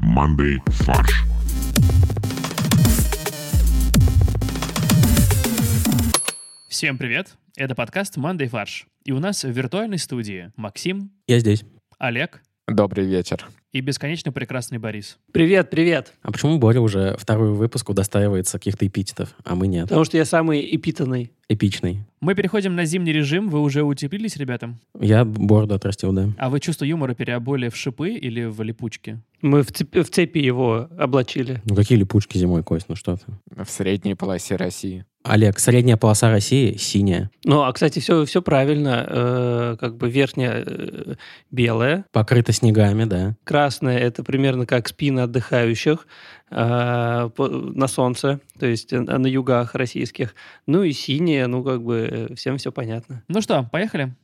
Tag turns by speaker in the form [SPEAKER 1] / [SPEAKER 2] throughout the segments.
[SPEAKER 1] Monday Fudge.
[SPEAKER 2] Всем привет! Это подкаст «Мандай фарш». И у нас в виртуальной студии Максим,
[SPEAKER 3] Я здесь.
[SPEAKER 2] Олег
[SPEAKER 4] Добрый вечер.
[SPEAKER 2] и бесконечно прекрасный Борис.
[SPEAKER 5] Привет, привет.
[SPEAKER 3] А почему Боря уже вторую выпуск удостаивается каких-то эпитетов, а мы нет?
[SPEAKER 5] Потому что я самый эпитанный.
[SPEAKER 3] Эпичный.
[SPEAKER 2] Мы переходим на зимний режим. Вы уже утеплились, ребята?
[SPEAKER 3] Я бороду отрастил, да.
[SPEAKER 2] А вы чувство юмора переоболи в шипы или в липучки?
[SPEAKER 5] Мы в цепи, в цепи его облачили.
[SPEAKER 3] Ну какие липучки зимой, Кость, ну что ты?
[SPEAKER 4] В средней полосе России.
[SPEAKER 3] Олег, средняя полоса России синяя.
[SPEAKER 5] Ну, а, кстати, все, все правильно. Э, как бы верхняя э, белая,
[SPEAKER 3] Покрыта снегами, да.
[SPEAKER 5] красная — это примерно как спина отдыхающих э, по- на солнце, то есть э, на югах российских. Ну и синяя, ну как бы э, всем все понятно.
[SPEAKER 2] Ну что, поехали?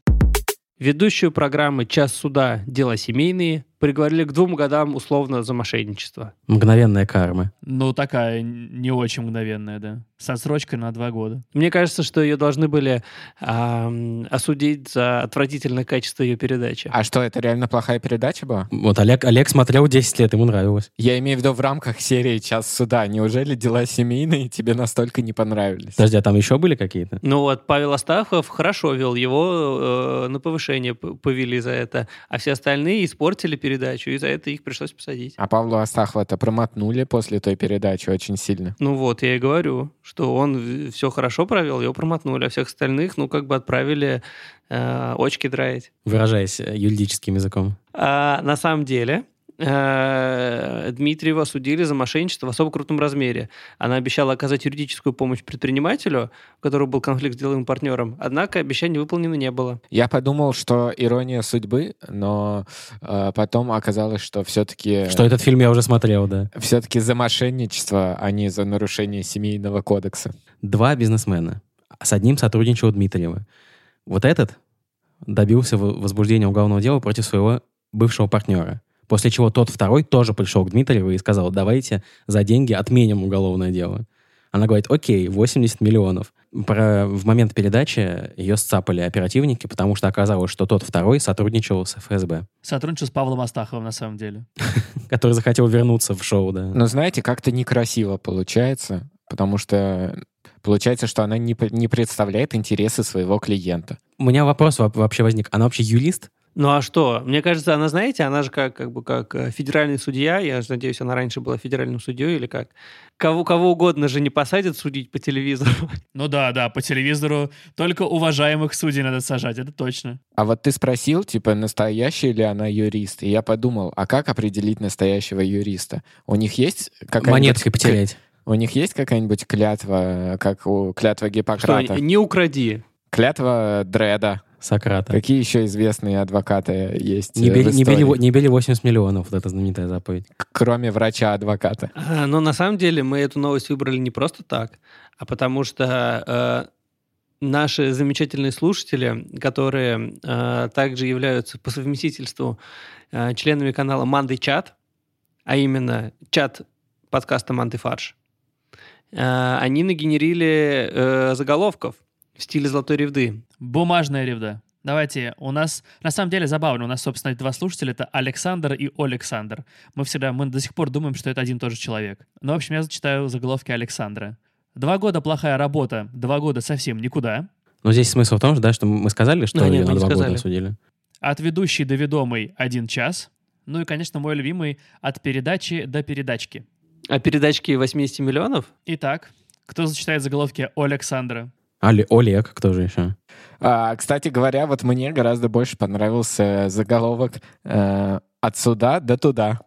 [SPEAKER 5] Ведущую программы «Час суда. Дела семейные» приговорили к двум годам условно за мошенничество.
[SPEAKER 3] Мгновенная карма.
[SPEAKER 2] Ну, такая н- не очень мгновенная, да. С отсрочкой на два года.
[SPEAKER 5] Мне кажется, что ее должны были ам, осудить за отвратительное качество ее передачи.
[SPEAKER 4] А что, это реально плохая передача была?
[SPEAKER 3] Вот Олег, Олег смотрел 10 лет, ему нравилось.
[SPEAKER 4] Я имею в виду в рамках серии «Час суда». Неужели дела семейные тебе настолько не понравились?
[SPEAKER 3] Подожди, а там еще были какие-то?
[SPEAKER 5] Ну вот, Павел Астахов хорошо вел, его э, на повышение п- повели за это, а все остальные испортили передачу, и за это их пришлось посадить.
[SPEAKER 4] А Павлу Астахова-то промотнули после той передачи очень сильно.
[SPEAKER 5] Ну вот, я и говорю, что он все хорошо провел, его промотнули, а всех остальных, ну, как бы отправили э, очки драить.
[SPEAKER 3] Выражаясь э, юридическим языком.
[SPEAKER 5] А, на самом деле э, Дмитриева судили за мошенничество в особо крупном размере. Она обещала оказать юридическую помощь предпринимателю, у которого был конфликт с деловым партнером, однако обещание выполнено не было.
[SPEAKER 4] Я подумал, что ирония судьбы, но э, потом оказалось, что все-таки...
[SPEAKER 3] Что этот фильм я уже смотрел, да.
[SPEAKER 4] Все-таки за мошенничество, а не за нарушение семейного кодекса.
[SPEAKER 3] Два бизнесмена. С одним сотрудничал Дмитриева. Вот этот добился во- возбуждения уголовного дела против своего бывшего партнера. После чего тот второй тоже пришел к Дмитриеву и сказал, давайте за деньги отменим уголовное дело. Она говорит, окей, 80 миллионов. Про, в момент передачи ее сцапали оперативники, потому что оказалось, что тот второй сотрудничал с ФСБ,
[SPEAKER 2] Сотрудничал с Павлом Астаховым, на самом деле.
[SPEAKER 3] который захотел вернуться в шоу, да.
[SPEAKER 4] Но знаете, как-то некрасиво получается, потому что э, получается, что она не, п- не представляет интересы своего клиента.
[SPEAKER 3] У меня вопрос во- вообще возник. Она вообще юрист?
[SPEAKER 5] Ну а что? Мне кажется, она, знаете, она же как, как бы как э, федеральный судья, я же надеюсь, она раньше была федеральным судьей или как. Кого, кого угодно же не посадят судить по телевизору.
[SPEAKER 2] Ну да, да, по телевизору только уважаемых судей надо сажать, это точно.
[SPEAKER 4] А вот ты спросил, типа, настоящий ли она юрист? И я подумал, а как определить настоящего юриста? У них есть какая-нибудь...
[SPEAKER 3] Монеткой
[SPEAKER 4] к-
[SPEAKER 3] потерять.
[SPEAKER 4] У них есть какая-нибудь клятва, как у клятва
[SPEAKER 5] Что,
[SPEAKER 4] Гиппократа?
[SPEAKER 5] не укради.
[SPEAKER 4] Клятва Дреда.
[SPEAKER 3] Сократа.
[SPEAKER 4] Какие еще известные адвокаты есть
[SPEAKER 3] Не
[SPEAKER 4] э,
[SPEAKER 3] бери,
[SPEAKER 4] в
[SPEAKER 3] не, бери,
[SPEAKER 4] истории?
[SPEAKER 3] во- не бери 80 миллионов, вот эта знаменитая заповедь.
[SPEAKER 4] К- Кроме врача-адвоката.
[SPEAKER 5] А, Но на самом деле мы эту новость выбрали не просто так, а потому что э, наши замечательные слушатели, которые э, также являются по совместительству э, членами канала Манды Чат, а именно чат подкаста Манды Фарш, э, они нагенерили э, заголовков в стиле Золотой Ревды.
[SPEAKER 2] Бумажная ревда. Давайте, у нас, на самом деле, забавно, у нас, собственно, эти два слушателя, это Александр и Олександр. Мы всегда, мы до сих пор думаем, что это один и тот же человек. Но, в общем, я зачитаю заголовки Александра. «Два года плохая работа, два года совсем никуда».
[SPEAKER 3] Но Ну, здесь смысл в том, что, да, что мы сказали, что
[SPEAKER 5] Да, нет,
[SPEAKER 3] ее
[SPEAKER 5] мы
[SPEAKER 3] на
[SPEAKER 5] Ну, не
[SPEAKER 3] два
[SPEAKER 5] сказали.
[SPEAKER 3] года осудили.
[SPEAKER 2] От ведущей до ведомой один час. Ну и, конечно, мой любимый от передачи до передачки.
[SPEAKER 5] А передачки 80 миллионов?
[SPEAKER 2] Итак, кто зачитает заголовки Александра?
[SPEAKER 3] Али- Олег, кто же еще?
[SPEAKER 4] А, кстати говоря, вот мне гораздо больше понравился заголовок э, «От суда до туда».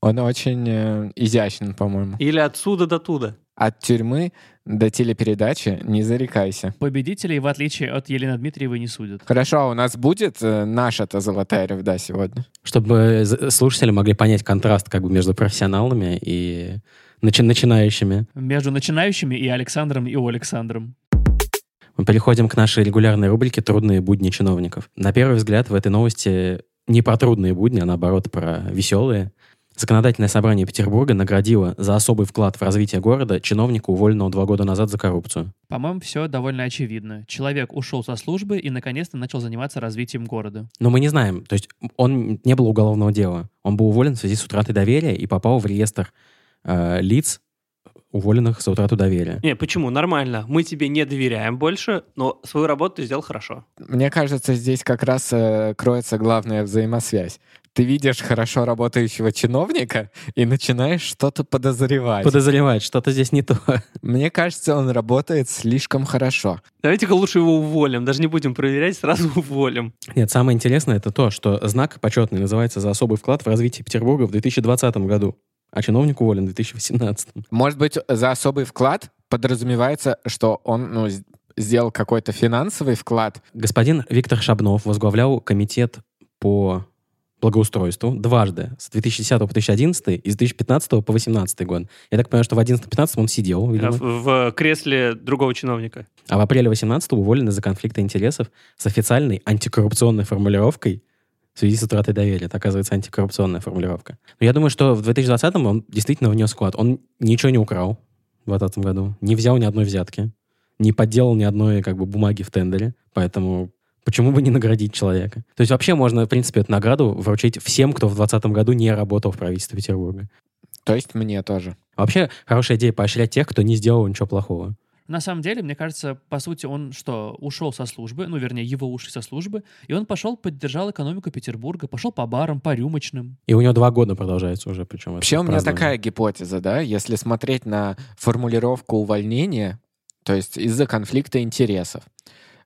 [SPEAKER 4] Он очень э, изящен, по-моему.
[SPEAKER 5] Или отсюда до туда?
[SPEAKER 4] От тюрьмы до телепередачи не зарекайся.
[SPEAKER 2] Победителей, в отличие от Елены Дмитриевой, не судят.
[SPEAKER 4] Хорошо, а у нас будет э, наша-то золотая ревда сегодня?
[SPEAKER 3] Чтобы э, з- слушатели могли понять контраст как бы между профессионалами и начи- начинающими.
[SPEAKER 2] Между начинающими и Александром, и Олександром.
[SPEAKER 3] Мы переходим к нашей регулярной рубрике «Трудные будни чиновников». На первый взгляд в этой новости не про трудные будни, а наоборот про веселые. Законодательное собрание Петербурга наградило за особый вклад в развитие города чиновника, уволенного два года назад за коррупцию.
[SPEAKER 2] По-моему, все довольно очевидно. Человек ушел со службы и наконец-то начал заниматься развитием города.
[SPEAKER 3] Но мы не знаем, то есть он не было уголовного дела. Он был уволен в связи с утратой доверия и попал в реестр э, лиц, уволенных за утрату доверия.
[SPEAKER 5] Не, почему? Нормально. Мы тебе не доверяем больше, но свою работу ты сделал хорошо.
[SPEAKER 4] Мне кажется, здесь как раз э, кроется главная взаимосвязь. Ты видишь хорошо работающего чиновника и начинаешь что-то подозревать.
[SPEAKER 3] Подозревает, что-то здесь не то.
[SPEAKER 4] Мне кажется, он работает слишком хорошо.
[SPEAKER 5] Давайте-ка лучше его уволим. Даже не будем проверять, сразу уволим.
[SPEAKER 3] Нет, самое интересное это то, что знак почетный называется за особый вклад в развитие Петербурга в 2020 году, а чиновник уволен в 2018.
[SPEAKER 4] Может быть, за особый вклад подразумевается, что он ну, с- сделал какой-то финансовый вклад.
[SPEAKER 3] Господин Виктор Шабнов возглавлял комитет по благоустройству дважды, с 2010 по 2011 и с 2015 по 2018 год. Я так понимаю, что в 2011-2015 он сидел,
[SPEAKER 5] Э,
[SPEAKER 3] видимо.
[SPEAKER 5] В, в кресле другого чиновника.
[SPEAKER 3] А в апреле 18 уволены за конфликты интересов с официальной антикоррупционной формулировкой в связи с утратой доверия. Это, оказывается, антикоррупционная формулировка. Но я думаю, что в 2020 он действительно внес вклад. Он ничего не украл в 2020 году, не взял ни одной взятки, не подделал ни одной как бы, бумаги в тендере, поэтому почему бы не наградить человека? То есть вообще можно, в принципе, эту награду вручить всем, кто в 2020 году не работал в правительстве Петербурга.
[SPEAKER 4] То есть мне тоже.
[SPEAKER 3] Вообще хорошая идея поощрять тех, кто не сделал ничего плохого.
[SPEAKER 2] На самом деле, мне кажется, по сути, он что, ушел со службы, ну, вернее, его ушли со службы, и он пошел, поддержал экономику Петербурга, пошел по барам, по рюмочным.
[SPEAKER 3] И у него два года продолжается уже, причем. это
[SPEAKER 4] Вообще у меня
[SPEAKER 3] празднование.
[SPEAKER 4] такая гипотеза, да, если смотреть на формулировку увольнения, то есть из-за конфликта интересов.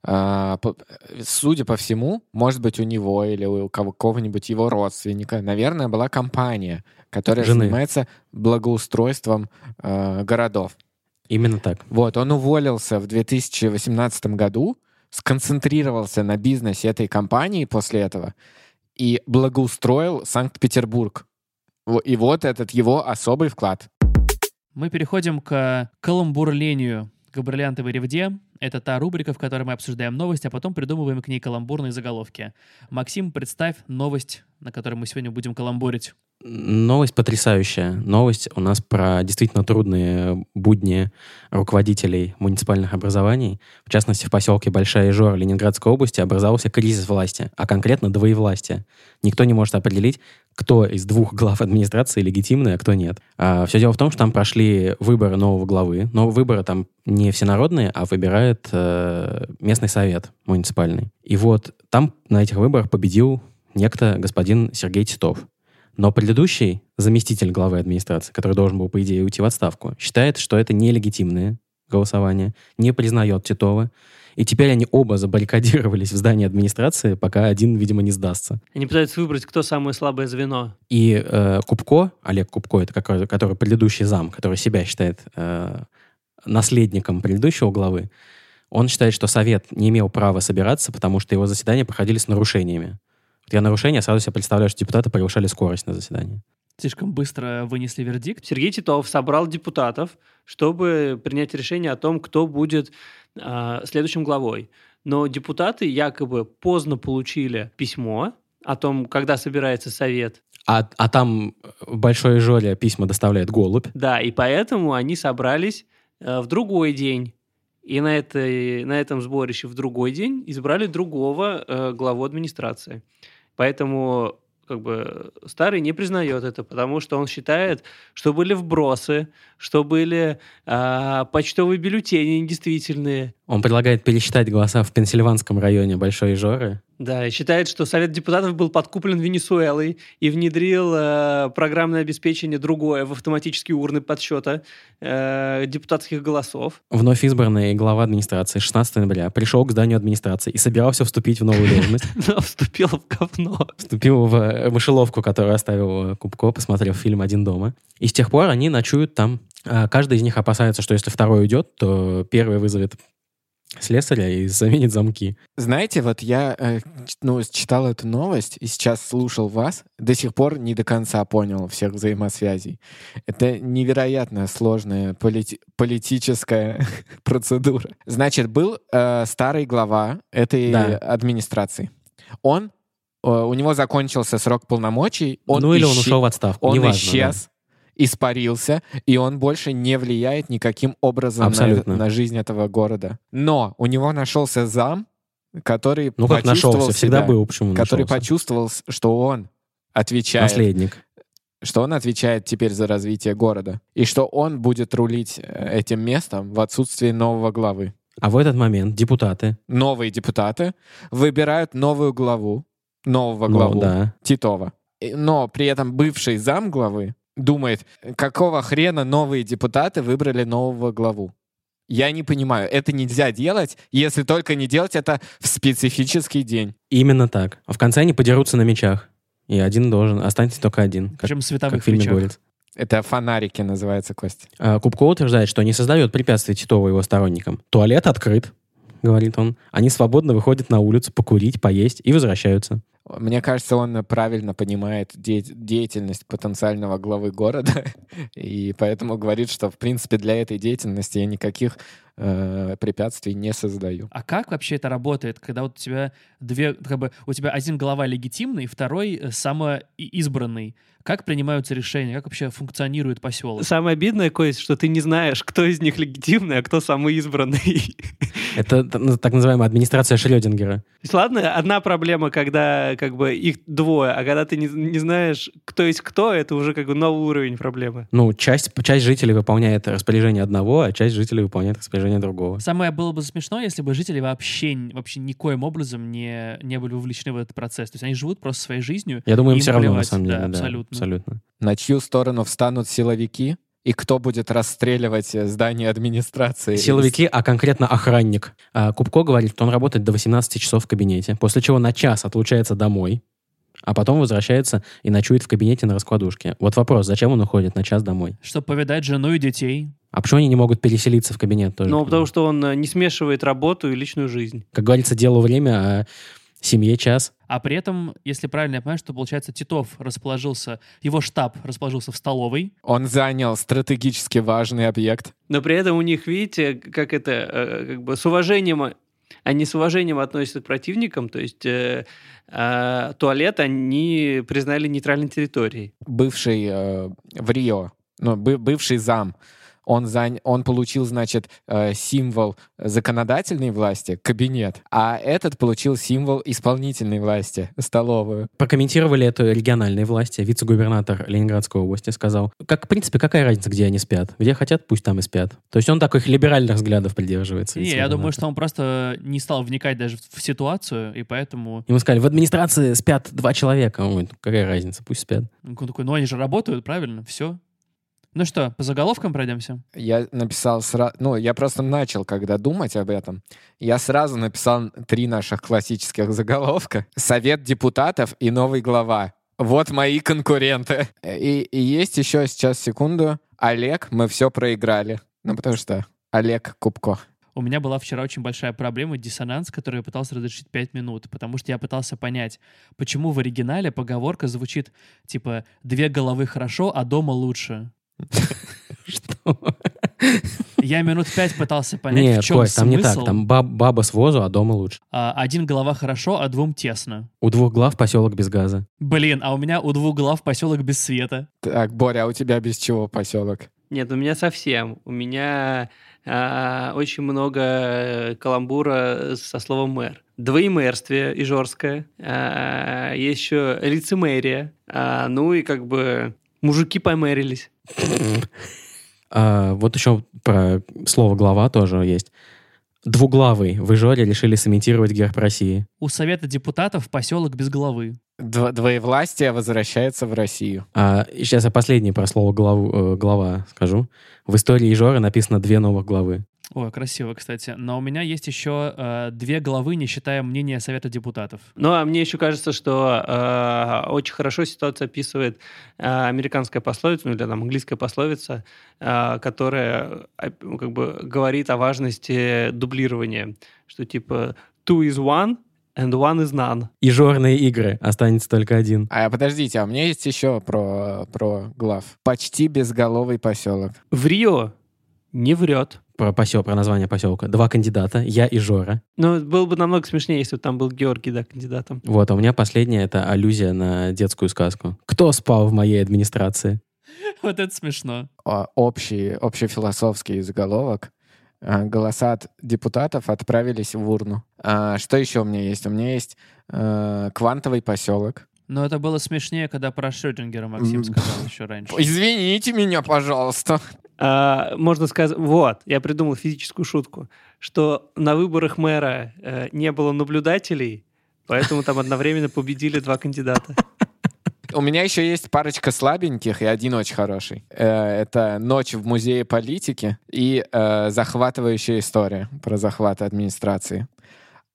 [SPEAKER 4] а, по- Судя по всему, может быть, у него или у какого-нибудь его родственника, наверное, была компания, которая
[SPEAKER 3] Жены.
[SPEAKER 4] занимается благоустройством э, городов.
[SPEAKER 3] Именно так.
[SPEAKER 4] Вот, он уволился в 2018 году, сконцентрировался на бизнесе этой компании после этого и благоустроил Санкт-Петербург. Во- И вот этот его особый вклад.
[SPEAKER 2] Мы переходим к каламбурлению, к бриллиантовой ревде. Это та рубрика, в которой мы обсуждаем новость, а потом придумываем к ней каламбурные заголовки. Максим, представь новость, на которой мы сегодня будем каламбурить.
[SPEAKER 3] Новость потрясающая. Новость у нас про действительно трудные будни руководителей муниципальных образований. В частности, в поселке Большая Ижора Ленинградской области образовался кризис власти, а конкретно двоевластие. Никто не может определить, кто из двух глав администрации легитимный, а кто нет. все дело в том, что там прошли выборы нового главы, но выборы там не всенародные, а выбирает э, местный совет муниципальный. И вот там на этих выборах победил некто господин Сергей Титов. Но предыдущий заместитель главы администрации, который должен был, по идее, уйти в отставку, считает, что это нелегитимное голосование, не признает Титова. И теперь они оба забаррикадировались в здании администрации, пока один, видимо, не сдастся.
[SPEAKER 5] Они пытаются выбрать, кто самое слабое звено.
[SPEAKER 3] И э, Кубко, Олег Кубко, это который, который предыдущий зам, который себя считает э, наследником предыдущего главы, он считает, что совет не имел права собираться, потому что его заседания проходили с нарушениями. Вот я нарушение, сразу себе представляю, что депутаты превышали скорость на заседании.
[SPEAKER 2] Слишком быстро вынесли вердикт.
[SPEAKER 5] Сергей Титов собрал депутатов, чтобы принять решение о том, кто будет а, следующим главой. Но депутаты якобы поздно получили письмо о том, когда собирается совет,
[SPEAKER 3] А, а там в Большой Жоле письма доставляет голубь.
[SPEAKER 5] Да, и поэтому они собрались э, в другой день. И на, этой, на этом сборище в другой день избрали другого э, главу администрации. Поэтому как бы старый не признает это, потому что он считает, что были вбросы, что были а, почтовые бюллетени недействительные.
[SPEAKER 3] Он предлагает пересчитать голоса в Пенсильванском районе Большой Жоры.
[SPEAKER 5] Да, и считает, что Совет депутатов был подкуплен Венесуэлой и внедрил э, программное обеспечение другое в автоматические урны подсчета э, депутатских голосов.
[SPEAKER 3] Вновь избранный глава администрации 16 ноября пришел к зданию администрации и собирался вступить в новую должность.
[SPEAKER 5] Но вступила в говно.
[SPEAKER 3] Вступил в э, мышеловку, которую оставил э, Кубко, посмотрел фильм «Один дома». И с тех пор они ночуют там. А Каждый из них опасается, что если второй уйдет, то первый вызовет слесаря и заменит замки.
[SPEAKER 4] Знаете, вот я э, ч- ну, читал эту новость и сейчас слушал вас, до сих пор не до конца понял всех взаимосвязей. Это невероятно сложная полити- политическая процедура. Значит, был э, старый глава этой
[SPEAKER 3] Да.
[SPEAKER 4] администрации. Он э, у него закончился срок полномочий. Он
[SPEAKER 3] ну или он
[SPEAKER 4] исчез-
[SPEAKER 3] ушел в отставку,
[SPEAKER 4] Он
[SPEAKER 3] неважно.
[SPEAKER 4] исчез, испарился, и он больше не влияет никаким образом на, это-
[SPEAKER 3] Абсолютно.
[SPEAKER 4] на жизнь этого города. Но у него нашелся зам, который
[SPEAKER 3] да. Ну как
[SPEAKER 4] почувствовал
[SPEAKER 3] нашелся, всегда
[SPEAKER 4] себя,
[SPEAKER 3] был, почему
[SPEAKER 4] который
[SPEAKER 3] нашелся.
[SPEAKER 4] почувствовал, с- что он отвечает,
[SPEAKER 3] Наследник.
[SPEAKER 4] что он отвечает теперь за развитие города, и что он будет рулить э, этим местом в отсутствии нового главы.
[SPEAKER 3] А в этот момент депутаты,
[SPEAKER 4] Новые депутаты выбирают новую главу, нового
[SPEAKER 3] ну,
[SPEAKER 4] главу.
[SPEAKER 3] да,
[SPEAKER 4] Титова. И- Но при этом бывший зам главы думает, какого хрена новые депутаты выбрали нового главу. Я не понимаю, это нельзя делать, если только не делать это в специфический день.
[SPEAKER 3] именно так. А в конце они подерутся на мечах. И один должен, останется только один, как,
[SPEAKER 2] Причем
[SPEAKER 3] как
[SPEAKER 2] световых
[SPEAKER 3] в фильме
[SPEAKER 2] мечах.
[SPEAKER 3] говорится.
[SPEAKER 4] Это фонарики называется, Костя.
[SPEAKER 3] А, Кубко утверждает, что не создает препятствий Титову и его сторонникам. Туалет открыт, говорит он. Они свободно выходят на улицу покурить, поесть и возвращаются.
[SPEAKER 4] Мне кажется, он правильно понимает де- деятельность потенциального главы города, и поэтому говорит, что, в принципе, для этой деятельности я никаких э, препятствий не создаю.
[SPEAKER 2] А как вообще это работает, когда вот у тебя две, как бы у тебя один глава легитимный, второй э, самоизбранный? Как принимаются решения? Как вообще функционирует поселок?
[SPEAKER 5] Самое обидное, Кость, что ты не знаешь, кто из них легитимный, а кто самый избранный.
[SPEAKER 3] Это т- ну, так называемая администрация Шрёдингера.
[SPEAKER 5] То есть, ладно, одна проблема, когда как бы их двое, а когда ты не, не знаешь, кто есть кто, это уже как бы новый уровень проблемы.
[SPEAKER 3] Ну, часть, часть жителей выполняет распоряжение одного, а часть жителей выполняет распоряжение другого.
[SPEAKER 2] Самое было бы смешно, если бы жители вообще, н- вообще никоим образом не, не были вовлечены в этот процесс. То есть они живут просто своей жизнью.
[SPEAKER 3] Я думаю, им,
[SPEAKER 2] Им
[SPEAKER 3] все равно, на
[SPEAKER 2] плевать,
[SPEAKER 3] самом деле.
[SPEAKER 2] да,
[SPEAKER 3] да,
[SPEAKER 2] абсолютно.
[SPEAKER 3] абсолютно.
[SPEAKER 4] на чью сторону встанут силовики и кто будет расстреливать э, здание администрации.
[SPEAKER 3] Силовики, а конкретно охранник. А, Кубко говорит, что он работает до 18 часов в кабинете, после чего на час отлучается домой, а потом возвращается и ночует в кабинете на раскладушке. Вот вопрос, зачем он уходит на час домой?
[SPEAKER 2] Чтобы повидать жену и детей.
[SPEAKER 3] А почему они не могут переселиться в кабинет тоже?
[SPEAKER 5] Ну, потому что он э, не смешивает работу и личную жизнь.
[SPEAKER 3] Как говорится, дело время, а семье час.
[SPEAKER 2] А при этом, если правильно я понимаю, что, получается, Титов расположился, его штаб расположился в столовой.
[SPEAKER 4] Он занял стратегически важный объект.
[SPEAKER 5] Но при этом у них, видите, как это, э, как бы с уважением, э, они с уважением относятся к противникам, то есть э, э, туалет они признали нейтральной территорией.
[SPEAKER 4] Бывший э, в Рио, ну, бы- бывший зам, он, зан- он получил, значит, э, символ законодательной власти, кабинет, а этот получил символ исполнительной власти, столовую.
[SPEAKER 3] Прокомментировали это региональные власти. Вице-губернатор Ленинградской области сказал, как, в принципе, какая разница, где они спят? Где хотят, пусть там и спят. То есть он таких либеральных взглядов придерживается.
[SPEAKER 2] Не, я
[SPEAKER 3] вице-губернатор.
[SPEAKER 2] думаю, что он просто не стал вникать даже в- в ситуацию, и поэтому
[SPEAKER 3] Ему сказали, в администрации спят два человека. Он говорит, какая разница, пусть спят.
[SPEAKER 2] он такой, ну они же работают, правильно, все. Ну что, по заголовкам пройдемся?
[SPEAKER 4] Я написал сразу, ну, я просто начал, когда думать об этом. Я сразу написал три наших классических заголовка. Совет депутатов и новый глава. Вот мои конкуренты. И, и есть еще сейчас секунду. Олег, мы все проиграли. Ну, потому что Олег Кубко.
[SPEAKER 2] У меня была вчера очень большая проблема, диссонанс, который я пытался разрешить пять минут, потому что я пытался понять, почему в оригинале поговорка звучит типа «две головы хорошо, а дома лучше».
[SPEAKER 3] Что?
[SPEAKER 2] Я минут пять пытался понять,
[SPEAKER 3] Нет,
[SPEAKER 2] в чем
[SPEAKER 3] Кость, там не так.
[SPEAKER 2] смысл.
[SPEAKER 3] Там баб- баба с возу, а дома лучше.
[SPEAKER 2] А, один голова хорошо, а двум тесно.
[SPEAKER 3] У двух глав поселок без газа.
[SPEAKER 2] Блин, а у меня у двух глав поселок без света.
[SPEAKER 4] Так, Боря, а у тебя без чего поселок?
[SPEAKER 5] Нет, у меня совсем. У меня а, очень много каламбура со словом мэр. Двоемэрствие ижорское, а, есть еще лицемерие, а, ну и как бы мужики помэрились.
[SPEAKER 3] А, вот еще про слово глава тоже есть. Двуглавый в Ижоре решили сымитировать герб России.
[SPEAKER 2] У совета депутатов поселок без головы.
[SPEAKER 4] Дво- двоевластие возвращается в Россию.
[SPEAKER 3] А, и сейчас я последнее про слово главу, э, глава скажу. В истории Ижоры написано две новых главы.
[SPEAKER 2] Ой, красиво, кстати. Но у меня есть еще э, две главы, не считая мнения совета депутатов.
[SPEAKER 5] Ну, а мне еще кажется, что э, очень хорошо ситуацию описывает э, американская пословица, ну или там английская пословица, э, которая э, ну, как бы говорит о важности дублирования, что типа two is one and one is none.
[SPEAKER 3] Ижорные игры. Останется только один.
[SPEAKER 4] А подождите, а у меня есть еще про, про глав. Почти безголовый поселок.
[SPEAKER 5] В Рио не врет.
[SPEAKER 3] про, посел, про название поселка. Два кандидата, я и Жора.
[SPEAKER 5] Ну, было бы намного смешнее, если бы там был Георгий, да, кандидатом.
[SPEAKER 3] Вот, а у меня последняя это аллюзия на детскую сказку. Кто спал в моей администрации?
[SPEAKER 2] Вот это смешно.
[SPEAKER 4] о- общий, общефилософский заголовок. А, Голоса от депутатов отправились в урну. А, Что еще у меня есть? У меня есть э, квантовый поселок.
[SPEAKER 2] Но это было смешнее, когда про Шрёдингера Максим
[SPEAKER 4] М,
[SPEAKER 2] сказал еще раньше.
[SPEAKER 4] Извините меня, пожалуйста.
[SPEAKER 5] А, можно сказать, вот, я придумал физическую шутку, что на выборах мэра э, не было наблюдателей, поэтому там одновременно победили два кандидата.
[SPEAKER 4] У меня еще есть парочка слабеньких и один очень хороший. Э, Это «Ночь в музее политики» и э, «Захватывающая история» про захват администрации.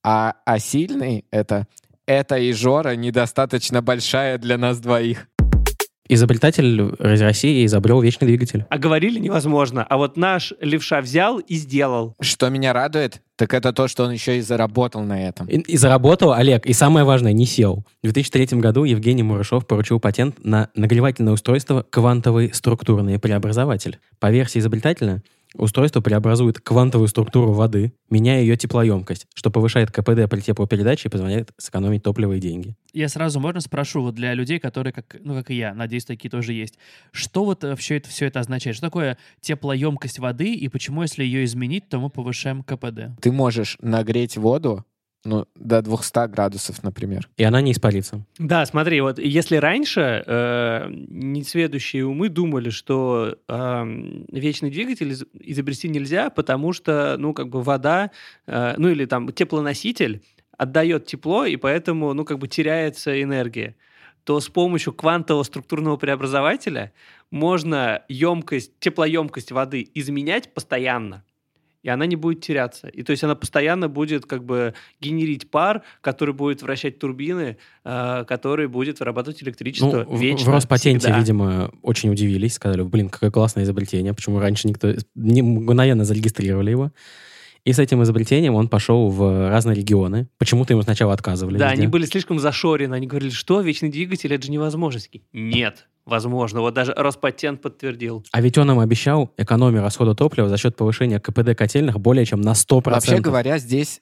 [SPEAKER 4] А, а сильный — это «Это и Жора недостаточно большая для нас двоих».
[SPEAKER 3] Изобретатель из России изобрел вечный двигатель.
[SPEAKER 5] А говорили невозможно, а вот наш левша взял и сделал.
[SPEAKER 4] Что меня радует, так это то, что он еще и заработал на этом.
[SPEAKER 3] И, и заработал, Олег, и самое важное, не сел. В 2003 году Евгений Мурашов поручил патент на нагревательное устройство «Квантовый структурный преобразователь». По версии изобретателя, устройство преобразует квантовую структуру воды, меняя ее теплоемкость, что повышает КПД при теплопередаче и позволяет сэкономить топливо и деньги.
[SPEAKER 2] Я сразу можно спрошу вот для людей, которые, как, ну, как и я, надеюсь, такие тоже есть. Что вот вообще это, все это означает? Что такое теплоемкость воды и почему, если ее изменить, то мы повышаем КПД?
[SPEAKER 4] Ты можешь нагреть воду ну, до 200 градусов, например.
[SPEAKER 3] И она не испарится.
[SPEAKER 5] Да, смотри, вот если раньше э, несведущие умы думали, что эм, вечный двигатель из- изобрести нельзя, потому что, ну, как бы вода, э, ну, или там теплоноситель отдает тепло, и поэтому, ну, как бы теряется энергия, то с помощью квантового структурного преобразователя можно емкость, теплоемкость воды изменять постоянно, и она не будет теряться. И то есть она постоянно будет как бы генерить пар, который будет вращать турбины, э, который будет вырабатывать электричество
[SPEAKER 3] ну, в-
[SPEAKER 5] вечно.
[SPEAKER 3] в Роспатенте,
[SPEAKER 5] всегда.
[SPEAKER 3] видимо, очень удивились, сказали, блин, какое классное изобретение, почему раньше никто не мгновенно зарегистрировали его. И с этим изобретением он пошел в разные регионы. Почему-то ему сначала отказывали.
[SPEAKER 5] Да,
[SPEAKER 3] везде.
[SPEAKER 5] они были слишком зашорены. Они говорили, что вечный двигатель это же невозможно. Такие, Нет, возможно. Вот даже Роспатент подтвердил.
[SPEAKER 3] А ведь он им обещал экономию расхода топлива за счет повышения КПД котельных более чем на 100%.
[SPEAKER 4] Вообще говоря, здесь,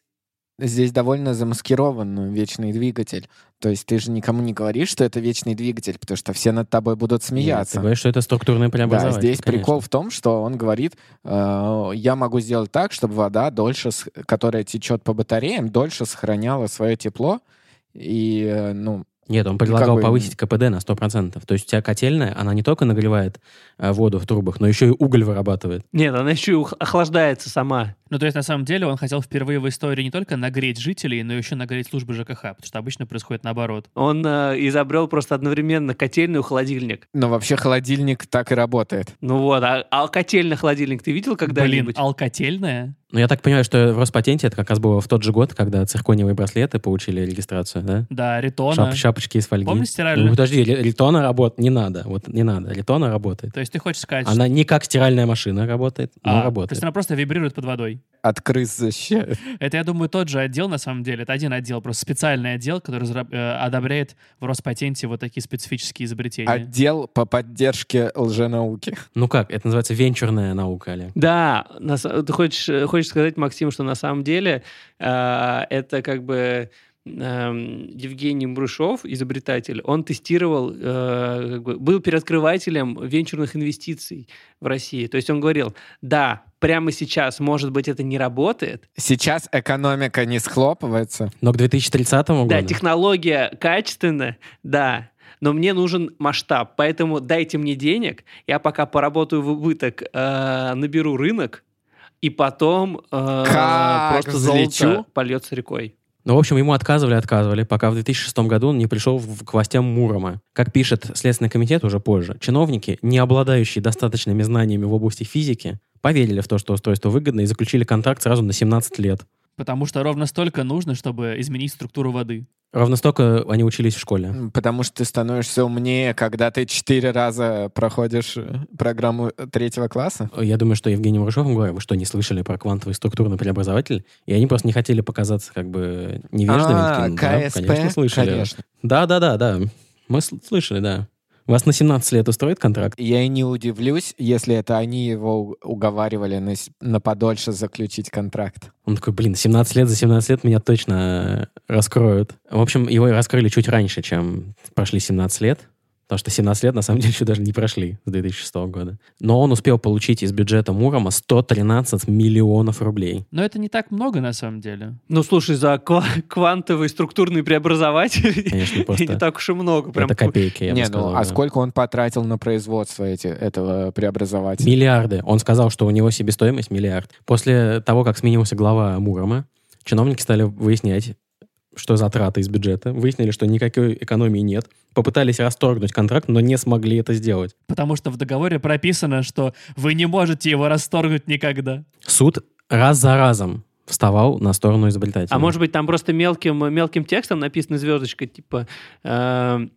[SPEAKER 4] здесь довольно замаскирован вечный двигатель. То есть ты же никому не говоришь, что это вечный двигатель, потому что все над тобой будут
[SPEAKER 3] Нет,
[SPEAKER 4] смеяться.
[SPEAKER 3] Ты говоришь, что это структурное
[SPEAKER 4] Да,
[SPEAKER 3] преобразование.
[SPEAKER 4] здесь
[SPEAKER 3] конечно.
[SPEAKER 4] прикол в том, что он говорит, э, я могу сделать так, чтобы вода дольше, с- которая течет по батареям, дольше сохраняла свое тепло и, э, ну,
[SPEAKER 3] Нет, он предлагал
[SPEAKER 4] бы-
[SPEAKER 3] повысить КПД на 100%. То есть у тебя котельная, она не только нагревает э, воду в трубах, но еще и уголь вырабатывает.
[SPEAKER 5] Нет, она еще и ух- охлаждается сама.
[SPEAKER 2] Ну, то есть, на самом деле, он хотел впервые в истории не только нагреть жителей, но еще нагреть службы ЖКХ, потому что обычно происходит наоборот.
[SPEAKER 5] Он э, изобрел просто одновременно котельную и холодильник.
[SPEAKER 4] но вообще холодильник так и работает.
[SPEAKER 5] Ну вот, а, а котельный холодильник ты видел
[SPEAKER 2] Блин, а
[SPEAKER 5] когда-нибудь?
[SPEAKER 2] алкотельная?
[SPEAKER 3] Но Ну, я так понимаю, что в Роспатенте это как раз было в тот же год, когда циркониевые браслеты получили регистрацию, да?
[SPEAKER 2] Да, ритона.
[SPEAKER 3] Шап- шапочки из фольги.
[SPEAKER 2] Помнишь
[SPEAKER 3] Ну,
[SPEAKER 2] стиральную?
[SPEAKER 3] подожди, ри- ритона работает. Не надо, вот не надо. Ритона работает.
[SPEAKER 2] То есть ты хочешь сказать,
[SPEAKER 3] Она не как стиральная машина работает, но
[SPEAKER 2] а, То
[SPEAKER 3] работает.
[SPEAKER 2] есть она просто вибрирует под водой.
[SPEAKER 4] От крыс защищает.
[SPEAKER 2] Это, я думаю, тот же отдел, на самом деле. Это один отдел, просто специальный отдел, который разра- э, одобряет в Роспатенте вот такие специфические изобретения.
[SPEAKER 4] Отдел по поддержке лженауки.
[SPEAKER 3] Ну как, это называется венчурная наука, Олег.
[SPEAKER 5] Да, на са- ты хочешь, э, хочешь сказать, Максим, что на самом деле э, это как бы эм, Евгений Мрушов, изобретатель, он тестировал, э, как бы был переоткрывателем венчурных инвестиций в России. То есть он говорил, да, прямо сейчас, может быть, это не работает.
[SPEAKER 4] Сейчас экономика не схлопывается.
[SPEAKER 3] Но к 2030 году...
[SPEAKER 5] Да, технология качественная, да, но мне нужен масштаб, поэтому дайте мне денег, я пока поработаю в убыток, э, наберу рынок, и потом э,
[SPEAKER 4] Как
[SPEAKER 5] просто
[SPEAKER 4] взлечу?
[SPEAKER 5] золото польется рекой.
[SPEAKER 3] Ну, в общем, ему отказывали, отказывали, пока в 2006 году он не пришел в- к властям Мурома. Как пишет Следственный комитет уже позже, чиновники, не обладающие достаточными знаниями в области физики, поверили в то, что устройство выгодно, и заключили контракт сразу на 17 лет.
[SPEAKER 2] Потому что ровно столько нужно, чтобы изменить структуру воды.
[SPEAKER 3] Ровно столько они учились в школе.
[SPEAKER 4] М, Потому что ты становишься умнее, когда ты четыре раза проходишь э, программу третьего класса.
[SPEAKER 3] Я думаю, что Евгений Мурашов, он говорил, вы что, не слышали про квантовый структурный преобразователь? И они просто не хотели показаться как бы невеждами.
[SPEAKER 4] А,
[SPEAKER 3] Такие, «Ну да,
[SPEAKER 4] КСП,
[SPEAKER 3] конечно, слышали.
[SPEAKER 4] конечно.
[SPEAKER 3] Да, да, да, да. Мы сл- слышали, да. Вас на 17 лет устроит контракт?
[SPEAKER 4] Я и не удивлюсь, если это они его у- уговаривали на, с- на подольше заключить контракт.
[SPEAKER 3] Он такой, блин, 17 лет, за 17 лет меня точно э, раскроют. В общем, его и раскрыли чуть раньше, чем прошли 17 лет. Потому что 17 лет, на самом деле, еще даже не прошли с 2006 года. Но он успел получить из бюджета Мурома 113 миллионов рублей.
[SPEAKER 2] Но это не так много на самом деле.
[SPEAKER 5] Ну, слушай, за ква- квантовый структурный преобразователь
[SPEAKER 3] Конечно,
[SPEAKER 5] не
[SPEAKER 3] просто
[SPEAKER 5] так уж и много. Прям
[SPEAKER 3] это копейки, я бы
[SPEAKER 4] не,
[SPEAKER 3] сказал,
[SPEAKER 4] ну а
[SPEAKER 3] да.
[SPEAKER 4] сколько он потратил на производство эти, этого преобразователя?
[SPEAKER 3] Миллиарды. Он сказал, что у него себестоимость миллиард. После того, как сменился глава Мурома, чиновники стали выяснять, что затраты из бюджета. Выяснили, что никакой экономии нет. Попытались расторгнуть контракт, но не смогли это сделать.
[SPEAKER 2] Потому что в договоре прописано, что вы не можете его расторгнуть никогда.
[SPEAKER 3] Суд раз за разом вставал на сторону изобретателя.
[SPEAKER 5] А может быть, там просто мелким, мелким текстом написано звездочкой, типа... э,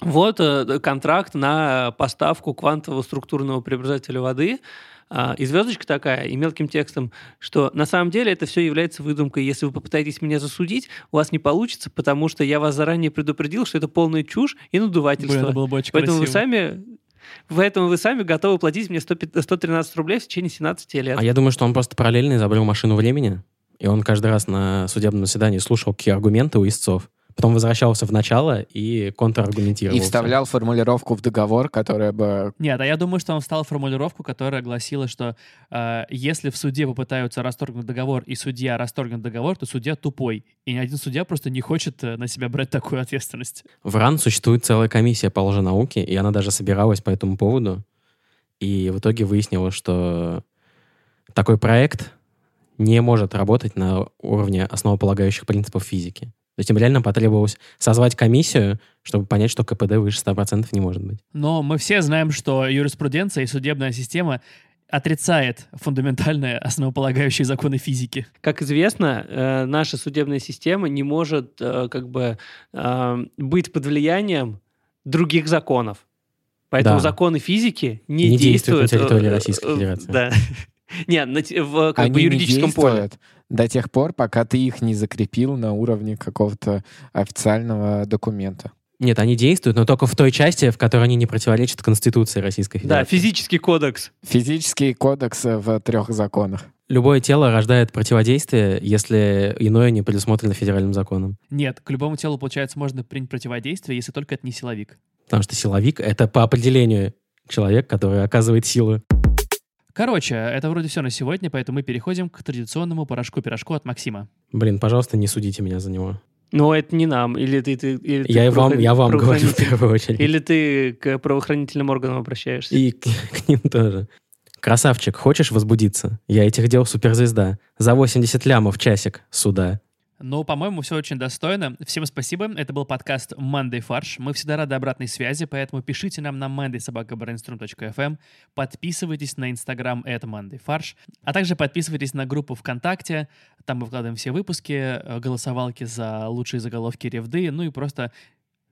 [SPEAKER 5] вот э, контракт на поставку квантового структурного преобразователя воды. А, И звездочка такая, и мелким текстом, что на самом деле это все является выдумкой. Если вы попытаетесь меня засудить, у вас не получится, потому что я вас заранее предупредил, что это полная чушь и надувательство.
[SPEAKER 2] Блин, это было бы очень
[SPEAKER 5] Поэтому
[SPEAKER 2] красиво.
[SPEAKER 5] вы сами... Поэтому вы сами готовы платить мне 100 пи- 113 рублей в течение 17 лет.
[SPEAKER 3] А я думаю, что он просто параллельно изобрел машину времени, и он каждый раз на судебном заседании слушал какие аргументы у истцов, потом возвращался в начало и контраргументировал.
[SPEAKER 4] И
[SPEAKER 3] всё.
[SPEAKER 4] вставлял формулировку в договор, которая бы...
[SPEAKER 2] Нет, а я думаю, что он встал в формулировку, которая гласила, что э, если в суде попытаются расторгнуть договор, и судья расторгнет договор, то судья тупой. И ни один судья просто не хочет э, на себя брать такую ответственность.
[SPEAKER 3] В РАН существует целая комиссия по лженауке, и она даже собиралась по этому поводу. И в итоге выяснилось, что такой проект не может работать на уровне основополагающих принципов физики. То есть им реально потребовалось созвать комиссию, чтобы понять, что КПД выше 100% не может быть.
[SPEAKER 2] Но мы все знаем, что юриспруденция и судебная система отрицает фундаментальные основополагающие законы физики.
[SPEAKER 5] Как известно, э, наша судебная система не может э, как бы э, быть под влиянием других законов. Поэтому
[SPEAKER 3] Да.
[SPEAKER 5] законы физики не,
[SPEAKER 3] Не действуют на территории
[SPEAKER 5] э, э,
[SPEAKER 3] Российской
[SPEAKER 5] э,
[SPEAKER 3] Федерации.
[SPEAKER 5] Да. Нет, на те- в как
[SPEAKER 4] Они
[SPEAKER 5] бы
[SPEAKER 4] не
[SPEAKER 5] юридическом поле.
[SPEAKER 4] действуют до тех пор, пока ты их не закрепил на уровне какого-то официального документа.
[SPEAKER 3] Нет, они действуют, но только в той части, в которой они не противоречат Конституции Российской
[SPEAKER 5] Да,
[SPEAKER 3] Федерации.
[SPEAKER 5] физический кодекс.
[SPEAKER 4] Физический кодекс в трех законах.
[SPEAKER 3] Любое тело рождает противодействие, если иное не предусмотрено федеральным законом.
[SPEAKER 2] Нет, к любому телу, получается, можно принять противодействие, если только это не силовик.
[SPEAKER 3] Потому что силовик — это по определению человек, который оказывает силу.
[SPEAKER 2] Короче, это вроде все на сегодня, поэтому мы переходим к традиционному порошку-пирожку от Максима.
[SPEAKER 3] Блин, пожалуйста, не судите меня за него.
[SPEAKER 5] Но это не нам. Или ты... ты- или ты
[SPEAKER 3] я, и
[SPEAKER 5] к
[SPEAKER 3] вам, я вам говорю в
[SPEAKER 5] правоохранитель-
[SPEAKER 3] первую очередь.
[SPEAKER 5] Или ты к правоохранительным органам обращаешься.
[SPEAKER 3] И к, к ним тоже. Красавчик, хочешь возбудиться? Я этих дел суперзвезда. За 80 лямов часик суда.
[SPEAKER 2] Ну, по-моему, все очень достойно. Всем спасибо. Это был подкаст Monday Фарш. Мы всегда рады обратной связи, поэтому пишите нам на mondaysobakabrainstorm.fm, эм. подписывайтесь на инстаграм это Monday Фарш, а также подписывайтесь на группу ВКонтакте, там мы выкладываем все выпуски, э, голосовалки за лучшие заголовки ревды, ну и просто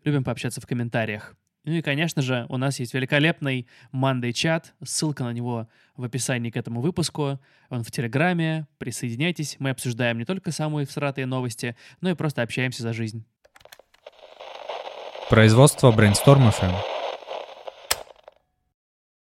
[SPEAKER 2] любим пообщаться в комментариях. Ну и, конечно же, у нас есть великолепный Monday чат, ссылка на него в описании к этому выпуску. Он в Телеграме. Присоединяйтесь. Мы обсуждаем не только самые всратые новости, но и просто общаемся за жизнь.
[SPEAKER 1] Производство Brainstorm FM.